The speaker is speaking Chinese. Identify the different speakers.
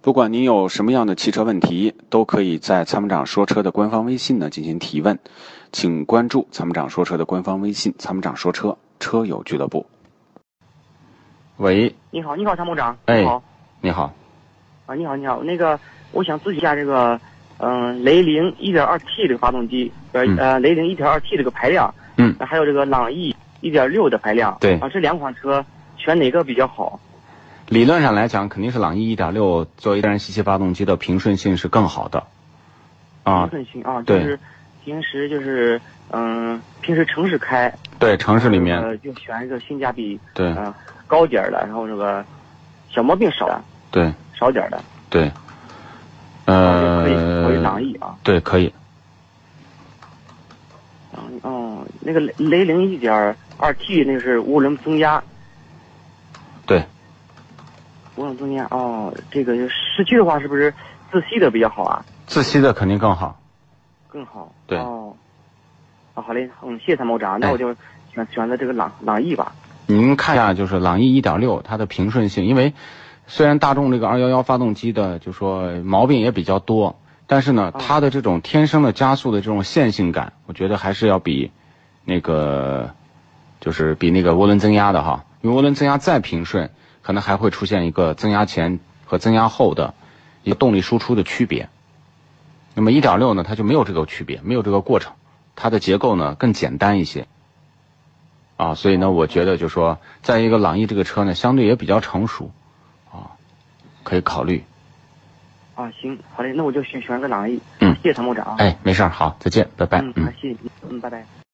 Speaker 1: 不管您有什么样的汽车问题，都可以在参谋长说车的官方微信呢进行提问，请关注参谋长说车的官方微信“参谋长说车车友俱乐部
Speaker 2: 喂，
Speaker 3: 你好，你好，参谋长。
Speaker 2: 哎
Speaker 3: 你好
Speaker 2: 你好，
Speaker 3: 啊，你好，你好。那个，我想咨询一下这个，嗯、雷凌 1.2T 这个发动机，呃、
Speaker 2: 嗯
Speaker 3: 呃，雷凌 1.2T 这个排量，呃
Speaker 2: 嗯
Speaker 3: 还有这个朗逸1.6的排量，
Speaker 2: 对
Speaker 3: 啊，这两款车选哪个比较好？
Speaker 2: 理论上来讲，肯定是朗逸1.6作为自然吸气发动机的平顺性是更好的，啊，
Speaker 3: 顺行啊，就
Speaker 2: 对
Speaker 3: 是平时就是嗯、平时城市开，
Speaker 2: 对，城市里面，
Speaker 3: 呃、就选一个性价比
Speaker 2: 对
Speaker 3: 嗯、呃高点儿的，然后这个小毛病少的
Speaker 2: 对
Speaker 3: 少点儿的，啊
Speaker 2: 对，
Speaker 3: 就可以考虑朗
Speaker 2: 呃，
Speaker 3: 逸啊。
Speaker 2: 对，可以，
Speaker 3: 嗯哦，那个雷雷凌一点二 T 那是涡轮增压，
Speaker 2: 对，
Speaker 3: 涡轮增压哦，这个市区的话是不是自吸的比较好啊？
Speaker 2: 自吸的肯定更好。
Speaker 3: 更好。
Speaker 2: 对
Speaker 3: 哦，啊好嘞，嗯，谢谢参谋长，那
Speaker 2: 哎
Speaker 3: 我就选、选择这个朗朗逸吧。
Speaker 2: 您看一下，就是朗逸1.6它的平顺性，因为虽然大众这个211发动机的就说呃毛病也比较多，但是呢，
Speaker 3: 嗯
Speaker 2: 它的这种天生的加速的这种线性感，我觉得还是要比那个就是比那个涡轮增压的哈，因为涡轮增压再平顺，可能还会出现一个增压前和增压后的一个动力输出的区别。那么1.6呢，它就没有这个区别，没有这个过程，它的结构呢更简单一些。啊，所以呢，我觉得就说，再一个朗逸这个车呢，相对也比较成熟，啊，可以考虑。
Speaker 3: 啊，行，好嘞，那我就选选个朗逸。
Speaker 2: 嗯
Speaker 3: 谢谢参谋长啊。
Speaker 2: 哎，没事儿，好，再见，拜拜。
Speaker 3: 嗯嗯，好，谢谢你，嗯，拜拜。